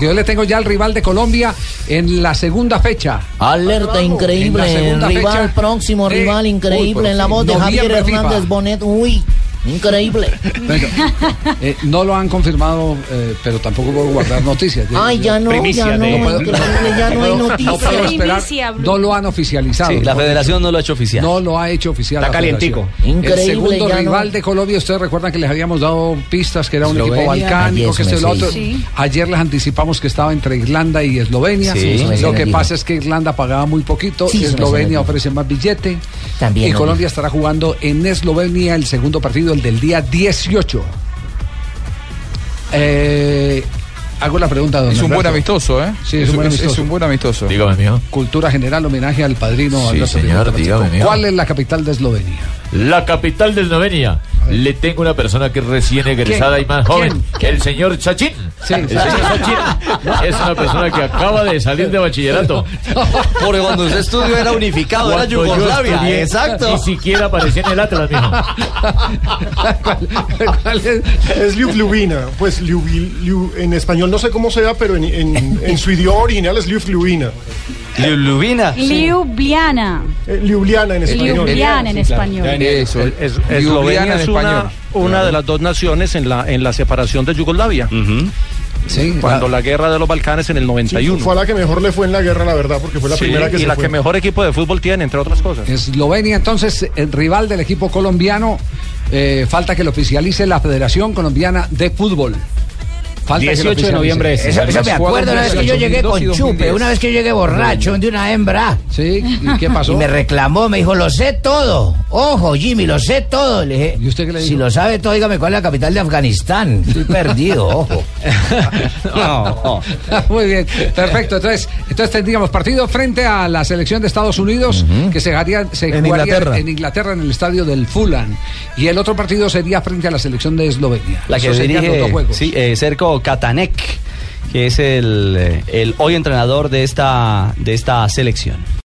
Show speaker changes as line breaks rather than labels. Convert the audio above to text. Yo le tengo ya al rival de Colombia en la segunda fecha.
Alerta increíble,
En la segunda
rival
fecha
próximo,
de-
rival
Uy,
increíble
pero
en la
sí,
voz de Javier
noviembre, FIFA.
Hernández Bonet. Uy, increíble.
Venga, eh, no lo han confirmado, eh, pero tampoco puedo guardar noticias. Yo-
Ay,
yo-
ya no, ya
Primicia
no,
de-
increíble, ya no hay
puedo-
noticias.
no puedo esperar. No lo han oficializado.
La federación no lo ha hecho oficial.
No lo ha hecho oficial.
Está
la federación.
calientico.
Increíble,
El segundo
ya no-
rival de Colombia, ustedes recuerdan que les habíamos dado pistas que era un equipo
Eslovenia.
balcánico,
Ayer
que esto y lo
me- sí.
otro. Ayer les anticipamos que estaba entre Irlanda y Eslovenia.
Sí, Sí,
Eslovenia
lo que
dijo.
pasa es que Irlanda pagaba muy poquito,
Sí, Eslovenia
Eslovenia
dijo.
ofrece más billete.
También
y
lo
Colombia estará jugando en Eslovenia el segundo partido, el del día 18. Eh, hago la pregunta, don
Es un buen
Alberto.
amistoso, ¿eh?
Sí, es un buen
es-
amistoso.
es un buen amistoso.
Dígame, mío.
Cultura general, homenaje al padrino.
Sí,
Alberto
señor,
Rivera Pacheco.
dígame, mío.
¿Cuál es la capital de Eslovenia?
La capital de Eslovenia. Le tengo una persona que es recién egresada y más joven, el señor Chachín.
Sí,
el
sí.
señor Chachín es una persona que acaba de salir de bachillerato.
Porque cuando usted estudió era unificado, era
Cuando yo
Yugoslavia.
Ah,
estudié,
Exacto.
Ni siquiera aparecía en el Atlas, mijo.
¿Cuál- cuál es?
Es Ljubljana, pues Ljubi- Lju- en español no sé cómo sea, pero en, en- en su idioma original es Ljubljana.
Lubina.
Ljubljana.
Eh, Ljubljana en español.
Ljubljana en español.
Eso, es, es- Eslovenia
Ljubljana en
es una,
español.
una de las dos naciones en la, en la separación de Yugoslavia,
Sí,
cuando
ah,
la guerra de los Balcanes en el
Sí,
91.
fue a la que mejor le fue en la guerra, la verdad, porque fue la
Sí,
primera que
y
se
la
fue.
que mejor equipo de fútbol tiene, entre otras cosas.
Eslovenia, entonces, el rival del equipo colombiano. eh, falta que lo oficialice la Federación Colombiana de Fútbol. Falta que lo
18 de
oficialice.
noviembre es.
Esa-
Eso, eso me
Las cuatro
acuerdo una vez que yo
muchachos, 2002
llegué
y
con
2010.
chupe, una vez que yo llegué borracho de una hembra.
Sí, ¿y qué pasó?
Y me reclamó, me dijo, lo sé todo. Ojo, Jimmy, lo sé todo. Le dije,
¿Y usted qué le
si
dijo?
lo sabe todo, dígame cuál es la capital de Afganistán. Estoy perdido, ojo.
Muy bien, perfecto. Entonces, entonces tendríamos partido frente a la selección de Estados Unidos que se jugaría, se
En
jugaría
Inglaterra.
en Inglaterra en el estadio del Fulham y el otro partido sería frente a la selección de Eslovenia.
La que
Eso serían los
dirige
dos juegos.
sí, eh, Serko Katanek, que es el, eh, el hoy entrenador de esta, de esta selección.